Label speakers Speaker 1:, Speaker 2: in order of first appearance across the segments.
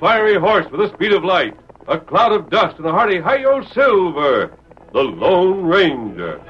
Speaker 1: fiery horse with the speed of light, a cloud of dust, and a hearty hi-yo silver, the Lone Ranger.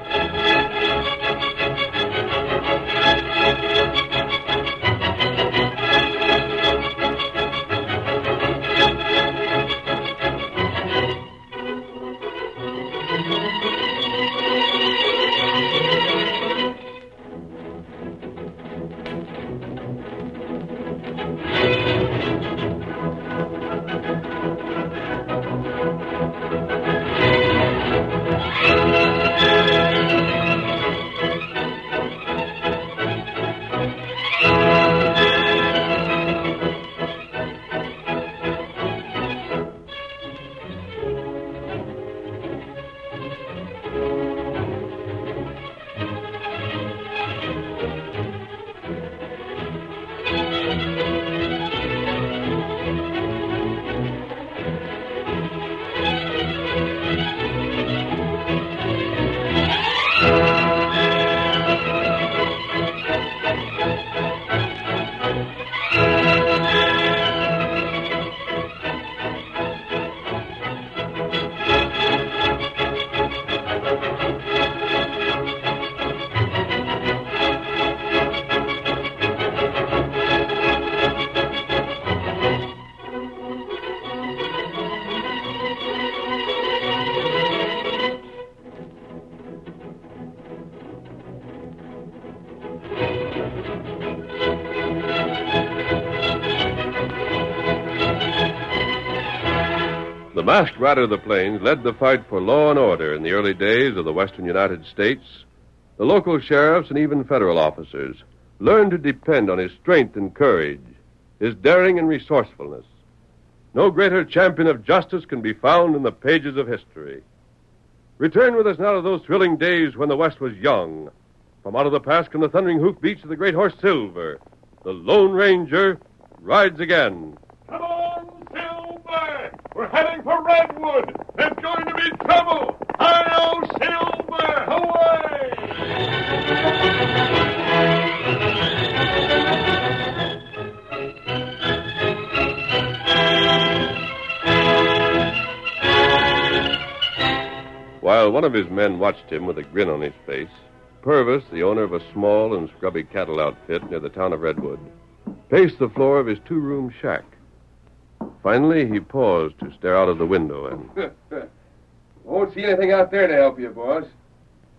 Speaker 1: The masked rider of the plains led the fight for law and order in the early days of the western United States. The local sheriffs and even federal officers learned to depend on his strength and courage, his daring and resourcefulness. No greater champion of justice can be found in the pages of history. Return with us now to those thrilling days when the West was young. From out of the past come the thundering hoofbeats of the great horse Silver. The Lone Ranger rides again.
Speaker 2: Come on, Silver! We're heading for Redwood! There's going to be trouble! Hi-yo, Silver! Away!
Speaker 1: While one of his men watched him with a grin on his face, Purvis, the owner of a small and scrubby cattle outfit near the town of Redwood, paced the floor of his two room shack. Finally, he paused to stare out of the window and.
Speaker 3: Won't see anything out there to help you, boss.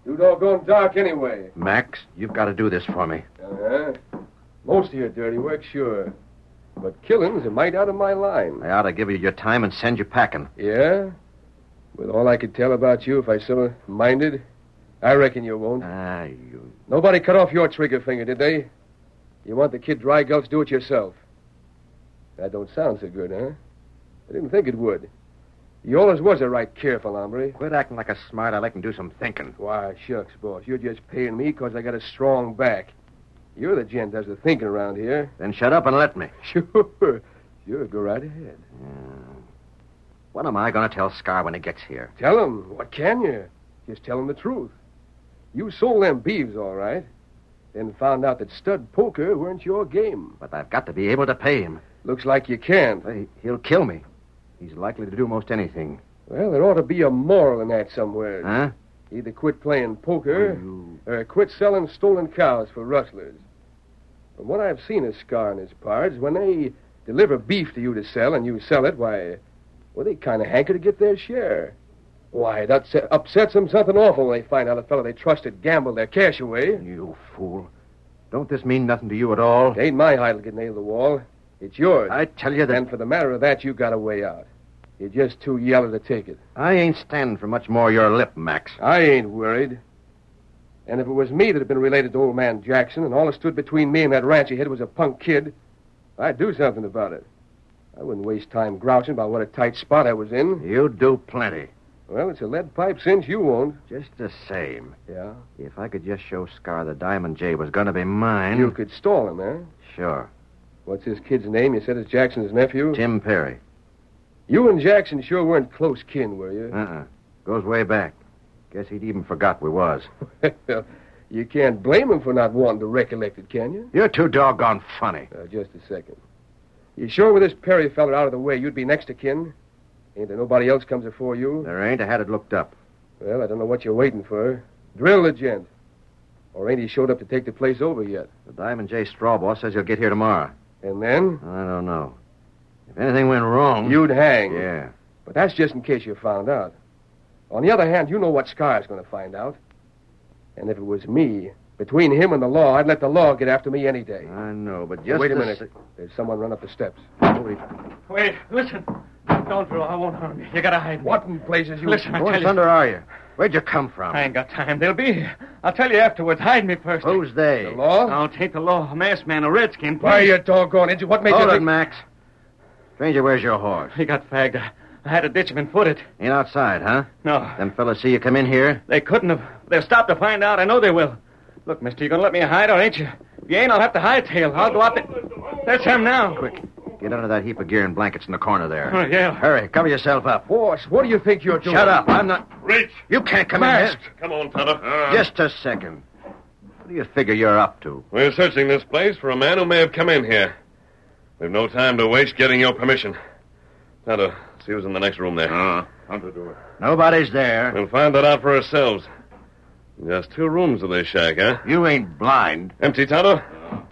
Speaker 3: Too doggone dark anyway.
Speaker 4: Max, you've got to do this for me.
Speaker 3: Uh-huh. Most of your dirty work, sure. But killing's a mite out of my line.
Speaker 4: I ought to give you your time and send you packing.
Speaker 3: Yeah? With all I could tell about you, if I so minded, I reckon you won't.
Speaker 4: Ah, you.
Speaker 3: Nobody cut off your trigger finger, did they? You want the kid dry gulch, do it yourself. That don't sound so good, huh? I didn't think it would. You always was a right careful hombre.
Speaker 4: Quit acting like a smart aleck and do some thinking.
Speaker 3: Why, shucks, boss. You're just paying me 'cause I got a strong back. You're the gent does the thinking around here.
Speaker 4: Then shut up and let me.
Speaker 3: Sure. Sure, go right ahead.
Speaker 4: What am I going to tell Scar when he gets here?
Speaker 3: Tell 'em What can you? Just tell 'em the truth. You sold them beeves, all right. Then found out that stud poker weren't your game.
Speaker 4: But I've got to be able to pay him.
Speaker 3: Looks like you can't.
Speaker 4: He- He'll kill me. He's likely to do most anything.
Speaker 3: Well, there ought to be a moral in that somewhere.
Speaker 4: Huh?
Speaker 3: Either quit playing poker
Speaker 4: You-
Speaker 3: or quit selling stolen cows for rustlers. From what I've seen of Scar and his pards, when they deliver beef to you to sell and you sell it, why, well, they kind of hanker to get their share. Why, it upset, upsets them something awful when they find out a fellow they trusted gambled their cash away.
Speaker 4: You fool. Don't this mean nothing to you at all?
Speaker 3: It ain't my idol get nailed to the wall. It's yours.
Speaker 4: I tell you that
Speaker 3: And for the matter of that, you got a way out. You're just too yellow to take it.
Speaker 4: I ain't standing for much more of your lip, Max.
Speaker 3: I ain't worried. And if it was me that had been related to old man Jackson, and all that stood between me and that ranch he had was a punk kid, I'd do something about it. I wouldn't waste time grouching about what a tight spot I was in.
Speaker 4: You do plenty.
Speaker 3: Well, it's a lead pipe since you won't.
Speaker 4: Just the same.
Speaker 3: Yeah.
Speaker 4: If I could just show Scar the Diamond J was going to be mine.
Speaker 3: You could stall him, eh?
Speaker 4: Sure.
Speaker 3: What's this kid's name? You said it's Jackson's nephew?
Speaker 4: Tim Perry.
Speaker 3: You and Jackson sure weren't close kin, were you?
Speaker 4: Uh-uh. Goes way back. Guess he'd even forgot we was.
Speaker 3: Well, you can't blame him for not wanting to recollect it, can you?
Speaker 4: You're too doggone funny.
Speaker 3: Uh, just a second. You sure with this Perry feller out of the way, you'd be next to kin? Ain't there nobody else comes afore you?
Speaker 5: There ain't. I had it looked up.
Speaker 3: Well, I don't know what you're waiting for. Drill the gent. Or ain't he showed up to take the place over yet?
Speaker 5: The Diamond J Strawboss says he'll get here tomorrow.
Speaker 3: And then?
Speaker 5: I don't know. If anything went wrong.
Speaker 3: You'd hang.
Speaker 5: Yeah.
Speaker 3: But that's just in case you found out. On the other hand, you know what Scar's going to find out. And if it was me, between him and the law, I'd let the law get after me any day.
Speaker 5: I know, but Uh, just
Speaker 3: Wait a
Speaker 5: the
Speaker 3: minute.
Speaker 5: si-
Speaker 3: There's someone run up the steps.
Speaker 5: Holy-
Speaker 6: Wait, listen. Don't, Drew. I won't harm you. You gotta hide me.
Speaker 3: What in places you...
Speaker 6: Listen, I
Speaker 5: Who in
Speaker 6: tell you.
Speaker 5: thunder are you? Where'd you come from?
Speaker 6: I ain't got time. They'll be here. I'll tell you afterwards. Hide me first.
Speaker 5: Who's they?
Speaker 3: The law?
Speaker 5: Uh,
Speaker 6: I'll take the law. A masked man, a redskin.
Speaker 3: Why, you doggone idiot. What made you
Speaker 5: Hold it,
Speaker 3: think...
Speaker 5: Max. Stranger, where's your horse?
Speaker 6: He got fagged. I, I had to ditch him and foot it.
Speaker 5: Ain't outside, huh?
Speaker 6: No,
Speaker 5: Them fellas see you come in here?
Speaker 6: they couldn't have. They'll stop to find out. I know they will. Look, mister, you gonna let me hide or ain't you? If you ain't, I'll have to hightail. I'll go out there. That's him now. Quick.
Speaker 5: Get under that heap of gear and blankets in the corner there.
Speaker 6: Oh, yeah.
Speaker 5: Hurry, cover yourself up.
Speaker 3: Boss, what do you think you're doing?
Speaker 5: Shut up. I'm not.
Speaker 1: Reach!
Speaker 5: You can't come in here.
Speaker 1: Come on, fella.
Speaker 4: Uh,
Speaker 5: Just a second. What do you figure you're up to?
Speaker 1: We're searching this place for a man who may have come in here. We've no time to waste getting your permission. Now to see who's in the next room there.
Speaker 5: Nobody's there.
Speaker 1: We'll find that out for ourselves. Just two rooms of this shack, huh?
Speaker 5: You ain't blind.
Speaker 1: Empty, Tonto? Have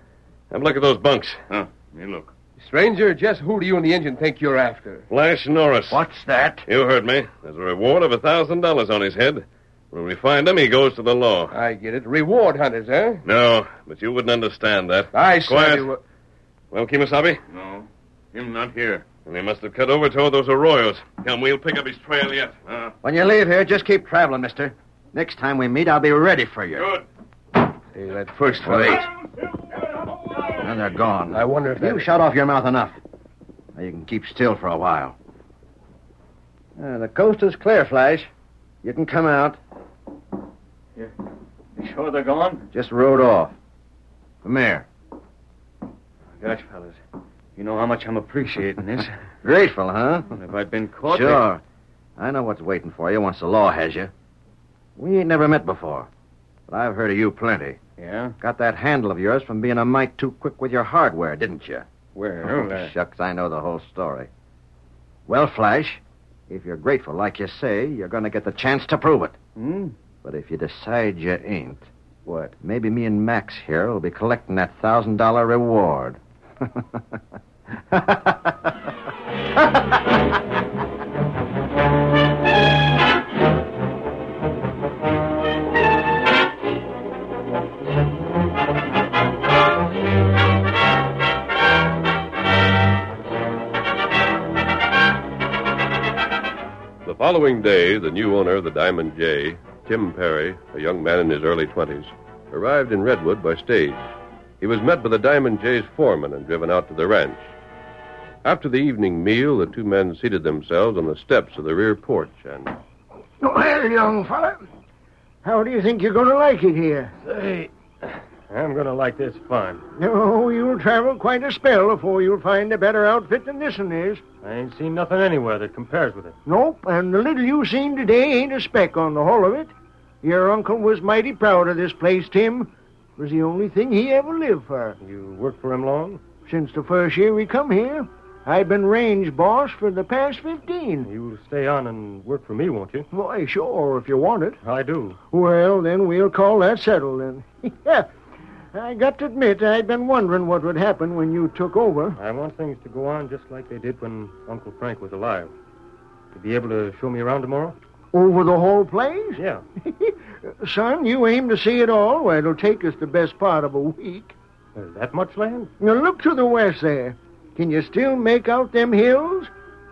Speaker 1: a look at those bunks.
Speaker 3: Stranger, just who do you and the engine think you're after?
Speaker 1: Flash Norris.
Speaker 5: What's that?
Speaker 1: You heard me. There's a reward of a thousand dollars on his head. When we find him, he goes to the law.
Speaker 3: I get it. Reward hunters, eh?
Speaker 1: No, but you wouldn't understand that.
Speaker 3: I said
Speaker 1: Quiet.
Speaker 3: you were...
Speaker 1: Well, Kimasabi? No. Him not here. And he must have cut over toward those Arroyos. Come, we'll pick up his trail yet.
Speaker 5: When you leave here, just keep traveling, mister. Next time we meet, I'll be ready for you.
Speaker 1: Good.
Speaker 3: Hey, that first fella.
Speaker 5: Wait.
Speaker 1: Silver,
Speaker 5: And they're gone.
Speaker 3: I wonder if that...
Speaker 5: You shut off your mouth enough. Now you can keep still for a while. Uh, the coast is clear, Flash. You can come out.
Speaker 6: You sure they're gone?
Speaker 5: Just rode off. Come here.
Speaker 6: Oh, Gosh, fellas. You know how much I'm appreciating this.
Speaker 5: Grateful, huh?
Speaker 6: if I'd been caught.
Speaker 5: Sure. I know what's waiting for you once the law has you. We ain't never met before, but I've heard of you plenty.
Speaker 6: they- Yeah?
Speaker 5: Got that handle of yours from being a mite too quick with your hardware, didn't you?
Speaker 4: Oh,
Speaker 6: Well, uh,
Speaker 5: Shucks, I know the whole story. Well, Flash, if you're grateful like you say, you're going to get the chance to prove it.
Speaker 6: hmm?
Speaker 5: But if you decide you ain't, what? Maybe me and Max here will be collecting that thousand dollar reward.
Speaker 7: The following day, the new owner of the Diamond J, Tim Perry, a young man in his early 20s, arrived in Redwood by stage. He was met by the Diamond J's foreman and driven out to the ranch. After the evening meal, the two men seated themselves on the steps of the rear porch and.
Speaker 4: Well, young fella, how do you think you're going to like it here?
Speaker 1: I'm going to like this fun.
Speaker 4: No, you'll travel quite a spell before you'll find a better outfit than this one is.
Speaker 1: I ain't seen nothing anywhere that compares with it.
Speaker 4: Nope, and the little you seen today ain't a speck on the whole of it. Your uncle was mighty proud of this place, Tim. It was the only thing he ever lived for.
Speaker 1: You worked for him long?
Speaker 4: Since the first year we come here, I've been range boss for the past 15.
Speaker 1: You'll stay on and work for me, won't you?
Speaker 4: Why, sure, if you want it.
Speaker 1: I do.
Speaker 4: Well, then we'll call that settled, then. yeah. I got to admit, I'd been wondering what would happen when you took over.
Speaker 1: I want things to go on just like they did when Uncle Frank was alive. To be able to show me around tomorrow?
Speaker 4: Over the whole place?
Speaker 1: Yeah.
Speaker 4: Son, you aim to see it all. Well, it'll take us the best part of a week.
Speaker 1: There's that much land?
Speaker 4: Now, look to the west there. Can you still make out them hills?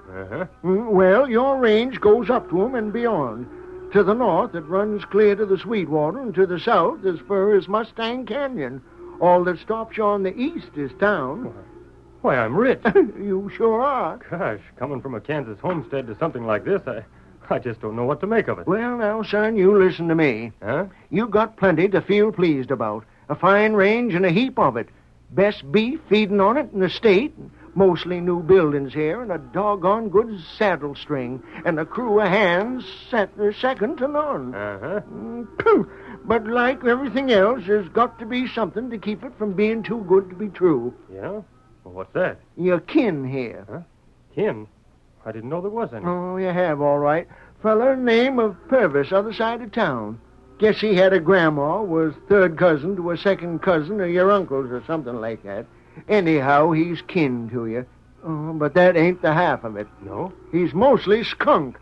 Speaker 1: Uh-huh.
Speaker 4: Mm, Well, your range goes up to 'em and beyond. To the north, it runs clear to the Sweetwater, and to the south, as far as Mustang Canyon. All that stops you on the east is town.
Speaker 1: Why, I'm rich.
Speaker 4: you sure are.
Speaker 1: Gosh, coming from a Kansas homestead to something like this, I, I just don't know what to make of it.
Speaker 4: Well, now, son, you listen to me.
Speaker 1: Huh?
Speaker 4: You got plenty to feel pleased about. A fine range and a heap of it. Best beef feeding on it in the state. Mostly new buildings here and a doggone good saddle string. And a crew of hands set second to none. Mm,
Speaker 1: Uh-huh.
Speaker 4: Phew. But like everything else, there's got to be something to keep it from being too good to be true.
Speaker 1: Yeah?
Speaker 3: Well, what's that?
Speaker 4: Your kin here.
Speaker 3: Kin? I didn't know there was any.
Speaker 4: Oh, you have, all right. Feller name of Purvis, other side of town. Guess he had a grandma, was third cousin to a second cousin or your uncle's or something like that. Anyhow, he's kin to you. Oh, but that ain't the half of it.
Speaker 3: No?
Speaker 4: He's mostly skunk.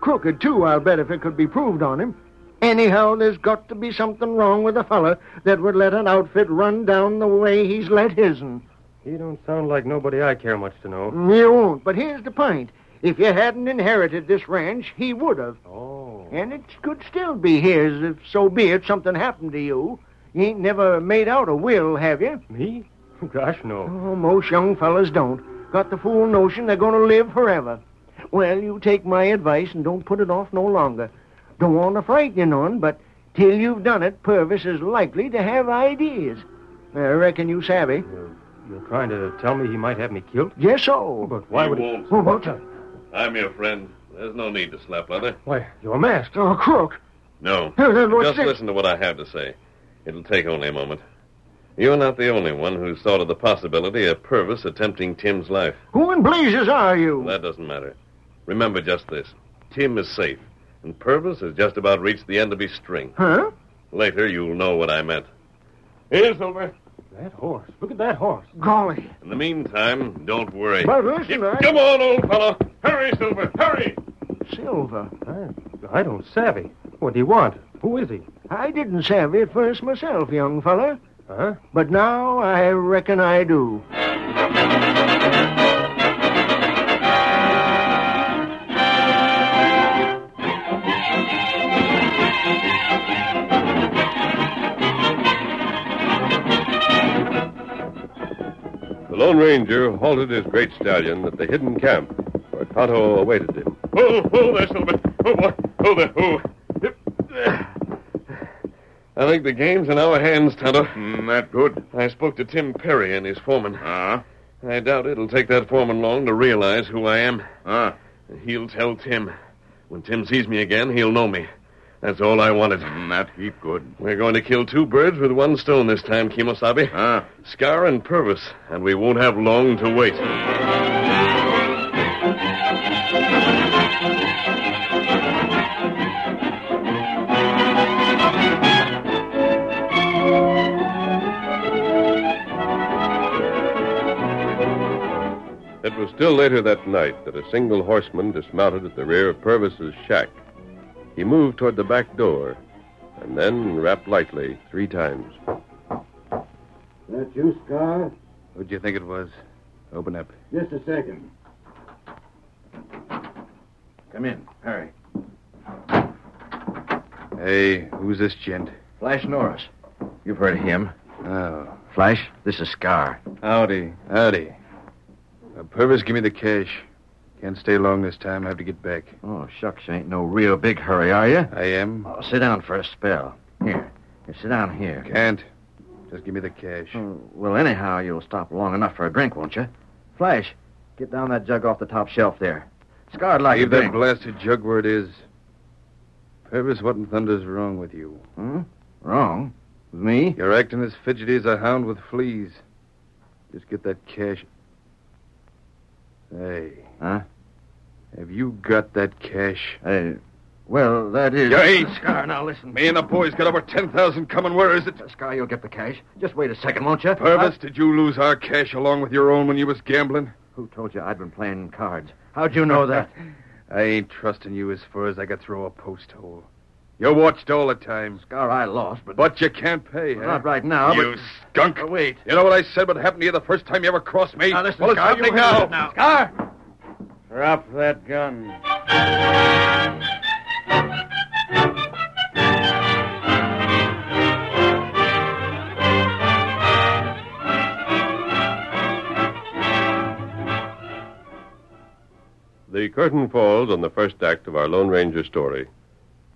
Speaker 4: Crooked, too, I'll bet, if it could be proved on him. Anyhow, there's got to be something wrong with a feller that would let an outfit run down the way he's let his'n.
Speaker 3: He don't sound like nobody I care much to know.
Speaker 4: You won't, but here's the point. If you hadn't inherited this ranch, he would have.
Speaker 3: Oh.
Speaker 4: And it could still be his, if so be it something happened to you. You ain't never made out a will, have you?
Speaker 3: Me? Gosh, no.
Speaker 4: Oh, most young fellas don't. Got the fool notion they're going to live forever. Well, you take my advice and don't put it off no longer. Don't want to frighten you none, but till you've done it, Purvis is likely to have ideas. I reckon you savvy.
Speaker 3: You're trying to tell me he might have me killed?
Speaker 4: Yes, so.
Speaker 3: But why
Speaker 1: you
Speaker 3: would he...
Speaker 1: won't.
Speaker 4: Oh, what's that?
Speaker 1: I'm your friend. There's no need to slap leather.
Speaker 3: Why, you're a mask.
Speaker 4: Oh, crook.
Speaker 1: No.
Speaker 4: Hey, then what's
Speaker 1: Just
Speaker 4: this?
Speaker 1: listen to what I have to say. It'll take only a moment. You're not the only one who's thought of the possibility of Purvis attempting Tim's life.
Speaker 4: Who in blazes are you?
Speaker 1: That doesn't matter. Remember just this Tim is safe, and Purvis has just about reached the end of his string.
Speaker 4: Huh?
Speaker 1: Later, you'll know what I meant.
Speaker 8: Here, Silver.
Speaker 3: That horse. Look at that horse.
Speaker 4: Golly.
Speaker 1: In the meantime, don't worry.
Speaker 4: But listen, I...
Speaker 1: Come on, old fellow.
Speaker 8: Hurry, Silver. Hurry.
Speaker 4: Silver.
Speaker 3: I, I don't savvy. What do you want? Who is he?
Speaker 4: I didn't savvy at first myself, young fella.
Speaker 3: Huh?
Speaker 4: But now I reckon I do.
Speaker 1: The Lone Ranger halted his great stallion at the hidden camp where Tonto awaited him.
Speaker 8: Oh, oh, there, Silver. Oh, boy. Oh, there. Oh.
Speaker 1: I think the game's in our hands, Tonto.
Speaker 8: Mm, that good?
Speaker 1: I spoke to Tim Perry and his foreman.
Speaker 8: Ah,
Speaker 1: I doubt it'll take that foreman long to realize who I am.
Speaker 8: ah.
Speaker 1: He'll tell Tim. When Tim sees me again, he'll know me. That's all I wanted.
Speaker 8: Mm, That heap good.
Speaker 1: We're going to kill two birds with one stone this time, Kimosabe.
Speaker 8: Ah.
Speaker 1: Scar and Purvis, and we won't have long to wait. It was still later that night that a single horseman dismounted at the rear of Purvis's shack. He moved toward the back door and then rapped lightly three times.
Speaker 6: That you, Scar?
Speaker 1: Who'd you think it was? Open up.
Speaker 6: Just a second. Come in. Hurry.
Speaker 9: Hey, who's this gent?
Speaker 6: Flash Norris. You've heard of him.
Speaker 9: Oh,
Speaker 6: Flash, this is Scar.
Speaker 9: howdy, howdy. Uh, Purvis, give me the cash. Can't stay long this time. I have to get back.
Speaker 6: Oh, shucks, you ain't no real big hurry, are you?
Speaker 9: I am.
Speaker 6: Oh, sit down for a spell. Here. You sit down here.
Speaker 9: Can't. Just give me the cash.
Speaker 6: Oh, well, anyhow, you'll stop long enough for a drink, won't you? Flash, get down that jug off the top shelf there. Scar'd like
Speaker 9: Leave
Speaker 6: a
Speaker 9: that
Speaker 6: drink.
Speaker 9: blasted jug where it is. Purvis, what in thunder's wrong with you?
Speaker 6: Hmm? Wrong. With me?
Speaker 9: You're acting as fidgety as a hound with fleas. Just get that cash. Hey.
Speaker 6: Huh?
Speaker 9: Have you got that cash?
Speaker 6: Uh, well, that is.
Speaker 9: You ain't.
Speaker 6: Scar, now listen. Uh,
Speaker 9: Me and the boys got over 10,000 coming. Where is it?
Speaker 6: Scar, you'll get the cash. Just wait a second, won't Uh, you?
Speaker 9: Purvis, did you lose our cash along with your own when you was gambling?
Speaker 6: Who told you I'd been playing cards? How'd you know that?
Speaker 9: I ain't trusting you as far as I could throw a post hole. You're watched all the time,
Speaker 6: Scar, I lost, but.
Speaker 9: but you can't pay,
Speaker 6: Well,
Speaker 9: huh?
Speaker 6: Not right now,
Speaker 9: you
Speaker 6: but.
Speaker 9: skunk!
Speaker 6: Oh, wait.
Speaker 9: You know what I said would happen to you the first time you ever crossed me?
Speaker 6: Now, listen,
Speaker 9: well, it's
Speaker 6: Scar,
Speaker 9: happening
Speaker 6: you
Speaker 9: now.
Speaker 6: heard it
Speaker 9: Scar!
Speaker 10: Drop that gun.
Speaker 1: The curtain falls on the first act of our Lone Ranger story.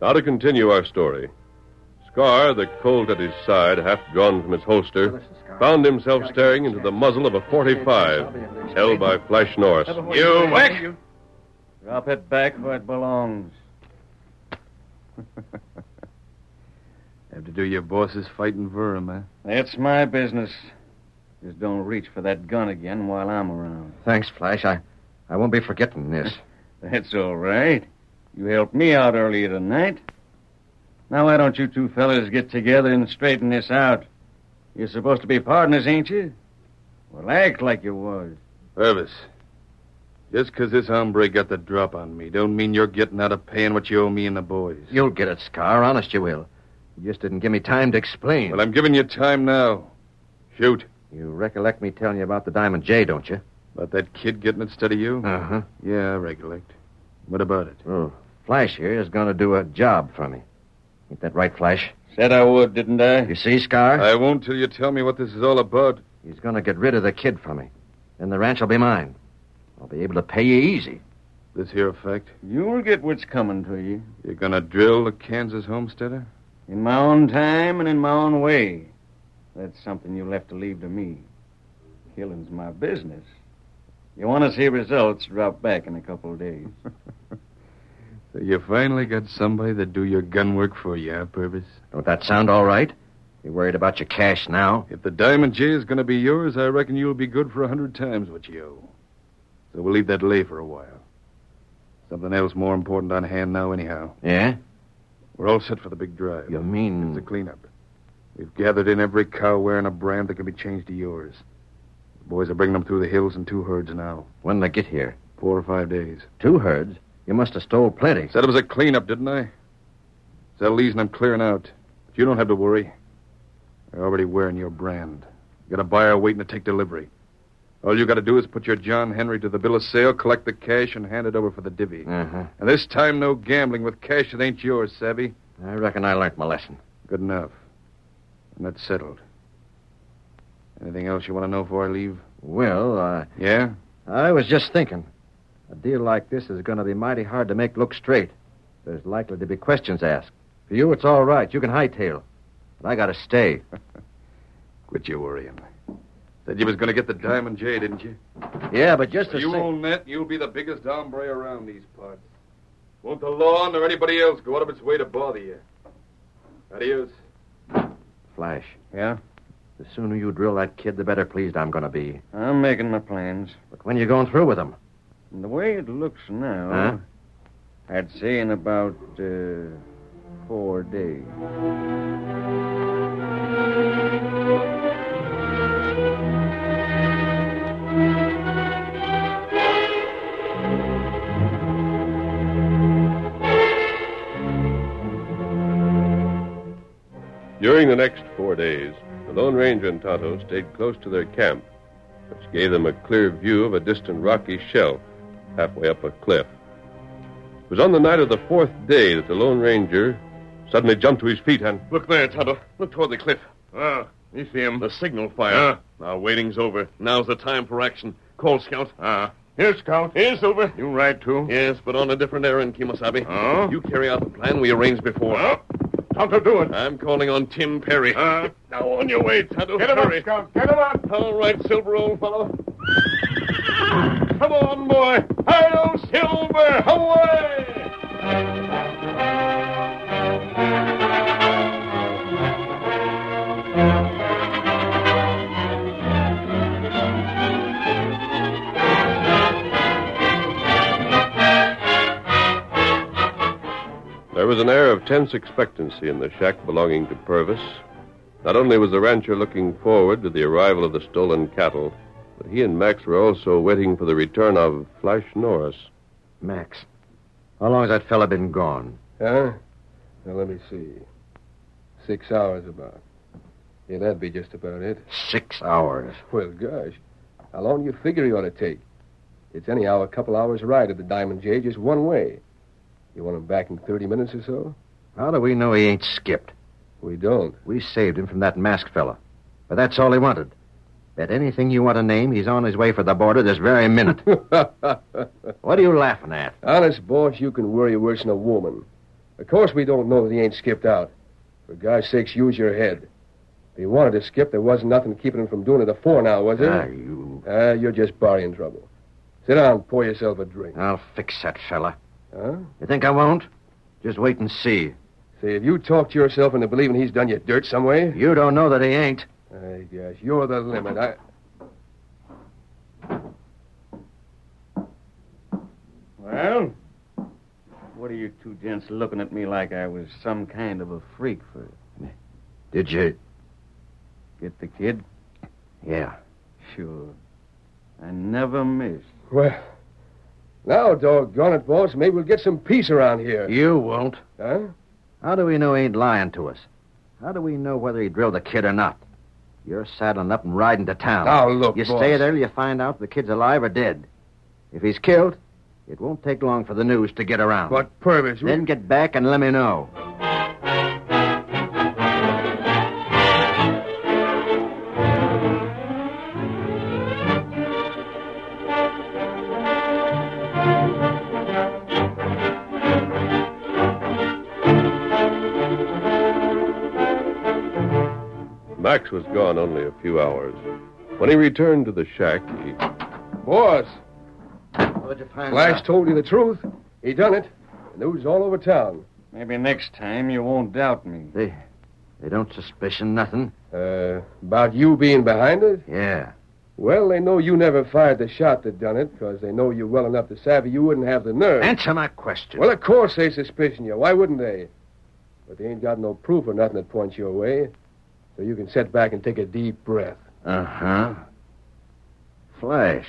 Speaker 11: Now to continue our story. Scar, the Colt at his side, half drawn from his holster, found himself staring into the muzzle of a 45 held by Flash Norris.
Speaker 6: You, Wick! Drop it back where it belongs.
Speaker 1: Have to do your boss's fighting verm, eh?
Speaker 6: That's my business. Just don't reach for that gun again while I'm around.
Speaker 3: Thanks, Flash. I, I won't be forgetting this.
Speaker 6: That's all right. You helped me out earlier tonight. Now, why don't you two fellas get together and straighten this out? You're supposed to be partners, ain't you? Well, act like you was.
Speaker 1: Purvis, just 'cause this hombre got the drop on me don't mean you're getting out of paying what you owe me and the boys.
Speaker 3: You'll get it, Scar. Honest, you will. You just didn't give me time to explain.
Speaker 1: Well, I'm giving you time now. Shoot.
Speaker 3: You recollect me telling you about the Diamond J, don't you?
Speaker 1: About that kid getting it instead of you?
Speaker 3: Uh huh.
Speaker 1: Yeah, I recollect. What about it?
Speaker 3: Oh, Flash here is going to do a job for me. Ain't that right, Flash?
Speaker 6: Said I would, didn't I?
Speaker 3: You see, Scar?
Speaker 1: I won't till you tell me what this is all about.
Speaker 3: He's going to get rid of the kid for me. Then the ranch will be mine. I'll be able to pay you easy.
Speaker 1: This here effect.
Speaker 6: You'll get what's coming to you.
Speaker 1: You're gonna drill the Kansas homesteader?
Speaker 6: In my own time and in my own way. That's something you'll have to leave to me. Killing's my business. You want to see results, drop back in a couple of days.
Speaker 1: So you finally got somebody that do your gun work for you, huh, Purvis?
Speaker 3: Don't that sound all right? You worried about your cash now?
Speaker 1: If the Diamond J is gonna be yours, I reckon you'll be good for a hundred times what you owe. So we'll leave that lay for a while. Something else more important on hand now, anyhow.
Speaker 3: Yeah?
Speaker 1: We're all set for the big drive.
Speaker 3: You
Speaker 1: It's a
Speaker 3: mean.
Speaker 1: cleanup. We've gathered in every cow wearing a brand that can be changed to yours. The boys are bringing them through the hills in two herds now.
Speaker 3: When they get here?
Speaker 1: Four or five days.
Speaker 3: Two herds? You must have stole plenty.
Speaker 1: Said it was a cleanup, didn't I? Settle these and I'm clearing out. But you don't have to worry. They're already wearing your brand. You got a buyer waiting to take delivery. All you got to do is put your John Henry to the bill of sale, collect the cash, and hand it over for the divvy.
Speaker 3: Uh
Speaker 6: Uh-huh.
Speaker 3: huh.
Speaker 1: And this time, no gambling with cash that ain't yours, savvy?
Speaker 3: I reckon I learned my lesson.
Speaker 1: Good enough. And that's settled. Anything else you want to know before I leave?
Speaker 3: Well, uh,
Speaker 1: Yeah?
Speaker 3: I was just thinking. A deal like this is going to be mighty hard to make look straight. There's likely to be questions asked. For you, it's all right. You can hightail. But I got to stay.
Speaker 1: Quit your worrying. Said you was going to get the Diamond J, didn't you?
Speaker 3: Yeah, but just to
Speaker 1: you
Speaker 3: say-
Speaker 1: own that, you'll be the biggest hombre around these parts. Won't the law nor anybody else go out of its way to bother you. Adios.
Speaker 3: Flash.
Speaker 6: Yeah?
Speaker 3: The sooner you drill that kid, the better pleased I'm going to be.
Speaker 6: I'm making my plans.
Speaker 3: But when you going through with him?
Speaker 6: And the way it looks now,
Speaker 3: Huh?
Speaker 6: I'd say in about uh, four days.
Speaker 11: During the next four days, the Lone Ranger and Tonto stayed close to their camp, which gave them a clear view of a distant rocky shelf halfway up a cliff. It was on the night of the fourth day that the Lone Ranger suddenly jumped to his feet and.
Speaker 12: Look there, Tonto. Look toward the cliff. Ah, you see him. The signal fire. Our waiting's over. Now's the time for action. Call Scout. Ah. Here, Scout. Here, Silver. You ride, too? Yes, but on a different errand, Kimasabi. Oh? You carry out the plan we arranged before.
Speaker 13: Tonto, do it.
Speaker 12: I'm calling on Tim Perry. now, on your way, Tonto. Get him Hurry. up, Scout.
Speaker 13: Get him up.
Speaker 12: All right, Silver, old fellow. Come on, boy. Hail, Silver! Away!
Speaker 11: There was an air of tense expectancy in the shack belonging to Purvis. Not only was the rancher looking forward to the arrival of the stolen cattle, but he and Max were also waiting for the return of Flash Norris.
Speaker 3: Max. How long has that fella been gone?
Speaker 4: Huh? Now, let me see. Six hours about. Yeah, that'd be just about it.
Speaker 3: Six hours.
Speaker 4: Well, gosh. How long do you figure he ought to take? It's anyhow a couple hours' ride of the Diamond J just one way. You want him back in 30 minutes or so?
Speaker 3: How do we know he ain't skipped?
Speaker 4: We don't.
Speaker 3: We saved him from that masked fella. But that's all he wanted. Bet anything you want to name, he's on his way for the border this very minute. what are you laughing at?
Speaker 4: Honest, boss, you can worry worse than a woman.
Speaker 3: Of course we don't know that he ain't skipped out. For God's sakes, use your head. If he wanted to skip, there wasn't nothing keeping him from doing it afore now, was
Speaker 4: Ah,
Speaker 3: there?
Speaker 4: you.
Speaker 3: Ah, you're just borrowing trouble. Sit down, pour yourself a drink.
Speaker 4: I'll fix that fella.
Speaker 3: Huh?
Speaker 4: You think I won't? Just wait and see.
Speaker 3: Say, if you talked yourself into believing he's done you dirt some way,
Speaker 4: You don't know that he ain't.
Speaker 3: I guess you're the limit. I.
Speaker 6: Well, what are you two gents looking at me like I was some kind of a freak for?
Speaker 4: Did you?
Speaker 6: Get the kid?
Speaker 4: Yeah.
Speaker 6: Sure. I never miss.
Speaker 3: Well, now, doggone it, boss, maybe we'll get some peace around here.
Speaker 4: You won't.
Speaker 3: Huh?
Speaker 4: How do we know he ain't lying to us? How do we know whether he drilled the kid or not? You're saddling up and riding to town.
Speaker 3: Now, Oh, look,
Speaker 4: you
Speaker 3: boss.
Speaker 4: stay there till you find out if the kid's alive or dead. If he's killed, it won't take long for the news to get around.
Speaker 3: But, Purvis, we-
Speaker 4: Then get back and let me know.
Speaker 1: Max was gone only a few hours. When he returned to the shack, he.
Speaker 3: boss,
Speaker 4: What'd you find
Speaker 3: Flash told you the truth. He done it. News all over town.
Speaker 6: Maybe next time you won't doubt me.
Speaker 4: They, they don't suspicion nothing.
Speaker 3: Uh, about you being behind it?
Speaker 4: Yeah.
Speaker 3: Well, they know you never fired the shot that done it, 'cause they know you well enough to savvy you wouldn't have the nerve.
Speaker 4: Answer my question.
Speaker 3: Well, of course they suspicion you. Why wouldn't they? But they ain't got no proof or nothing that points your way. So you can sit back and take a deep breath.
Speaker 4: Uh huh. Flash,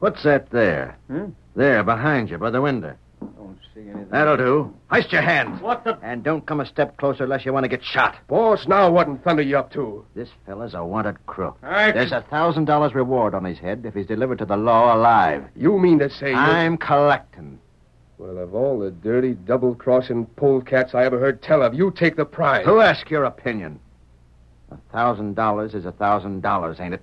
Speaker 4: what's that there?
Speaker 6: Hmm?
Speaker 4: There, behind you, by the window.
Speaker 6: Don't see anything.
Speaker 4: That'll do. Hoist your hand.
Speaker 6: What the?
Speaker 4: And don't come a step closer unless you want to get shot.
Speaker 3: Boss, now what in thunder you up to?
Speaker 4: This fella's a wanted crook.
Speaker 6: All right.
Speaker 4: There's a thousand dollars reward on his head if he's delivered to the law alive.
Speaker 3: You mean to say you-
Speaker 4: I'm collecting.
Speaker 3: Well, of all the dirty, double-crossing polecats I ever heard tell of, you take the prize.
Speaker 4: Who asked your opinion? A thousand dollars is a thousand dollars, ain't it?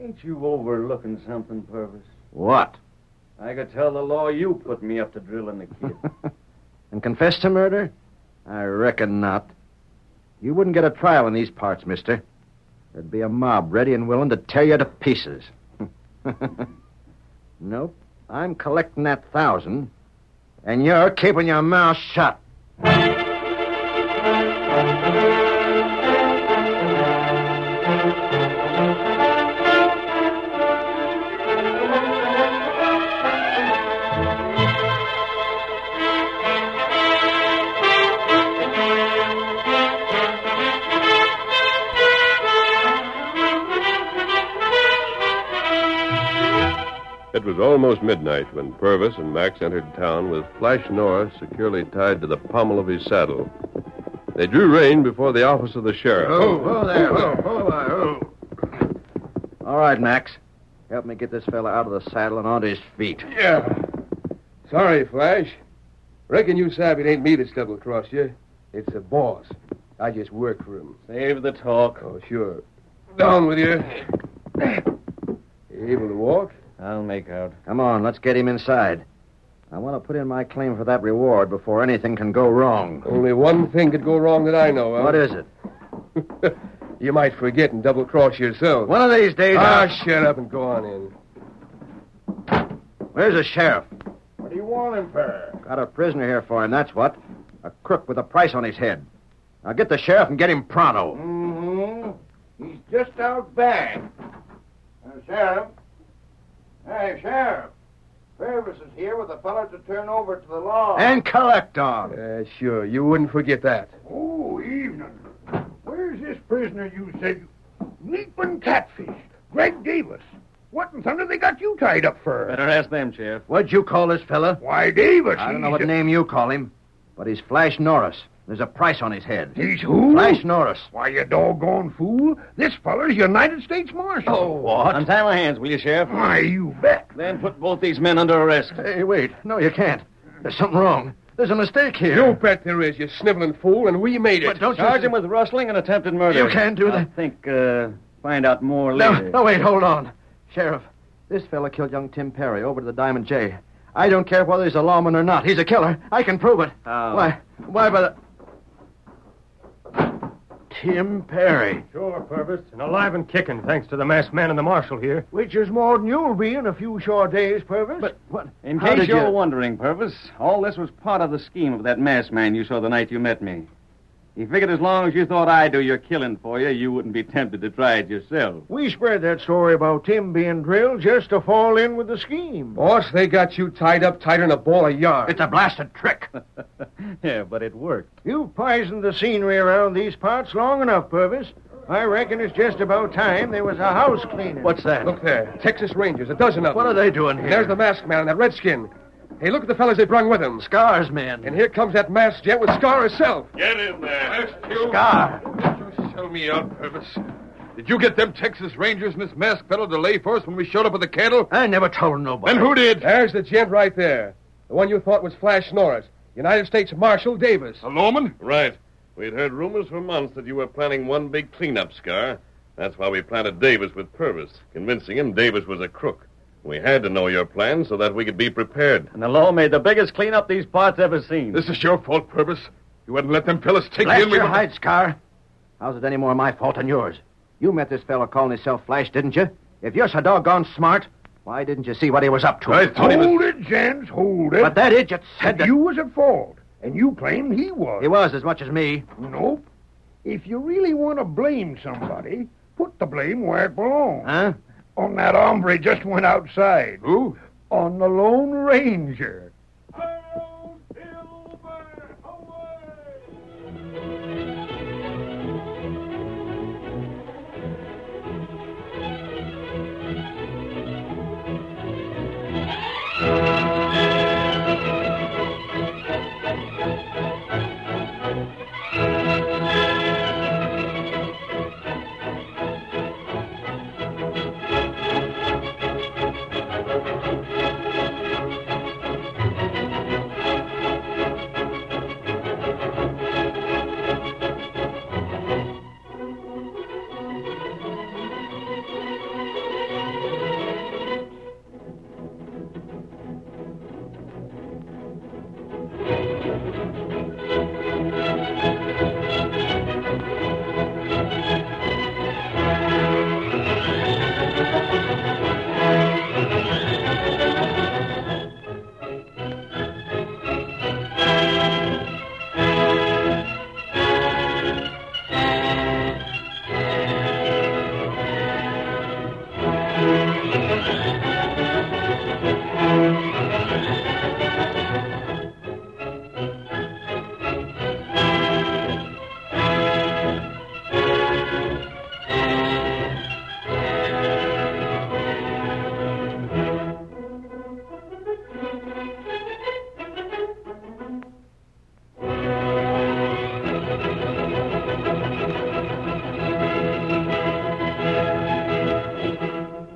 Speaker 6: Ain't you overlooking something, Purvis?
Speaker 4: What?
Speaker 6: I could tell the law you put me up to drilling the kid.
Speaker 4: and confess to murder? I reckon not. You wouldn't get a trial in these parts, mister. There'd be a mob ready and willing to tear you to pieces. nope. I'm collecting that thousand, and you're keeping your mouth shut.
Speaker 1: It was almost midnight when Purvis and Max entered town with Flash Norris securely tied to the pommel of his saddle. They drew rein before the office of the sheriff.
Speaker 4: Oh, there. All right, Max. Help me get this fella out of the saddle and onto his feet.
Speaker 3: Yeah. Sorry, Flash. Reckon you savvy it ain't me that's double-crossed you. It's the boss. I just work for him.
Speaker 6: Save the talk.
Speaker 3: Oh, sure. Down with you. You able to walk?
Speaker 6: I'll make out.
Speaker 4: Come on, let's get him inside. I want to put in my claim for that reward before anything can go wrong.
Speaker 3: Only one thing could go wrong that I know of.
Speaker 4: What is it?
Speaker 3: you might forget and double cross yourself.
Speaker 4: One of these days.
Speaker 3: Ah,
Speaker 4: I'll-
Speaker 3: shut up and go on in.
Speaker 4: Where's the sheriff?
Speaker 6: What do you want him for?
Speaker 4: Got a prisoner here for him, that's what. A crook with a price on his head. Now get the sheriff and get him pronto.
Speaker 6: Mm-hmm. He's just out back. Uh, sheriff. Hey, Sheriff. Purvis is here with a fellow to turn over to the law.
Speaker 4: And collect on.
Speaker 3: Uh, Oh. sure, you wouldn't forget that.
Speaker 14: Oh, evening. Where's this prisoner you said leaping catfish? Greg Davis. What in thunder they got you tied up for?
Speaker 6: Better ask them, Sheriff.
Speaker 4: What'd you call this fella?
Speaker 14: Why, Davis.
Speaker 4: I don't
Speaker 14: he's
Speaker 4: know what
Speaker 14: a-
Speaker 4: name you call him, but he's Flash Norris. There's a price on his head.
Speaker 14: He's who?
Speaker 4: Flash Norris.
Speaker 14: Why, you doggone fool. This feller's United States Marshal.
Speaker 4: Oh,
Speaker 6: Untie my hands, will you, Sheriff?
Speaker 14: Why, you bet.
Speaker 6: Then put both these men under arrest.
Speaker 4: Hey, wait. No, you can't. There's something wrong. There's a mistake
Speaker 3: You
Speaker 4: here.
Speaker 3: bet there is, you sniveling fool, and we made it.
Speaker 4: But don't you.
Speaker 6: Charge him with rustling and attempted murder.
Speaker 4: You can't do
Speaker 6: I'll
Speaker 4: that.
Speaker 6: think, uh, find out more
Speaker 4: No,
Speaker 6: later.
Speaker 4: no, wait, hold on. Sheriff, this fella killed young Tim Perry over to the Diamond J. I don't care whether he's a lawman or not. He's a killer. I can prove it. Why? Why, by the. Tim Perry.
Speaker 15: Sure, Purvis. And alive and kicking, thanks to the masked man and the marshal here.
Speaker 16: Which is more than you'll be in a few short days, Purvis. But
Speaker 4: What?
Speaker 6: In
Speaker 4: How
Speaker 6: case
Speaker 4: did
Speaker 6: you're
Speaker 4: you-
Speaker 6: wondering, Purvis, all this was part of the scheme of that masked man you saw the night you met me. He figured as long as you thought I'd do your killing for you, you wouldn't be tempted to try it yourself.
Speaker 16: we spread that story about Tim being drilled just to fall in with the scheme.
Speaker 4: Oh,
Speaker 3: Boss, they got you tied up tighter than a ball of yarn.
Speaker 16: It's a blasted trick.
Speaker 6: yeah, but it worked.
Speaker 16: You've poisoned the scenery around these parts long enough, Purvis. I reckon it's just about time there was a house cleaning.
Speaker 4: What's that?
Speaker 3: Look there. Texas Rangers, a dozen of
Speaker 4: what are
Speaker 3: them.
Speaker 4: they doing here?
Speaker 3: There's the masked man and that redskin. Hey, look at the fellas they brung with them.
Speaker 4: scars, man.
Speaker 3: And here comes that masked jet with Scar herself.
Speaker 2: Get in there.
Speaker 4: Scar.
Speaker 17: You sell me out, Purvis. Did you get them Texas Rangers and this masked fellow to lay for us when we showed up with the cattle?
Speaker 4: I never told nobody.
Speaker 17: Then who did?
Speaker 4: Eh?
Speaker 3: There's the gent right there. The one you thought was Flash Norris. United States Marshal Davis.
Speaker 17: A lawman?
Speaker 2: Right. We'd heard rumors for months that you were planning one big cleanup, Scar. That's why we planted Davis with Purvis, convincing him Davis was a crook. We had to know your plan so that we could be prepared.
Speaker 6: And the law made the biggest cleanup these parts ever seen.
Speaker 17: This is your fault, Purvis. You hadn't let them fellas take
Speaker 4: Blast
Speaker 17: you in. We
Speaker 4: your
Speaker 17: were-
Speaker 4: hide, Scar. How's it any more my fault than yours? You met this fellow calling himself Flash, didn't you? If you're so doggone smart, why didn't you see what he was up to?
Speaker 17: I thought he was.
Speaker 14: Hold it, Jens, hold it.
Speaker 4: But that idiot said that
Speaker 14: you was at fault, and you claim he was.
Speaker 4: he was as much as me.
Speaker 14: Nope. If you really want to blame somebody, put the blame where it belongs.
Speaker 4: Huh?
Speaker 14: On that hombre just went outside.
Speaker 17: Who?
Speaker 14: On the Lone Ranger.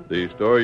Speaker 1: The story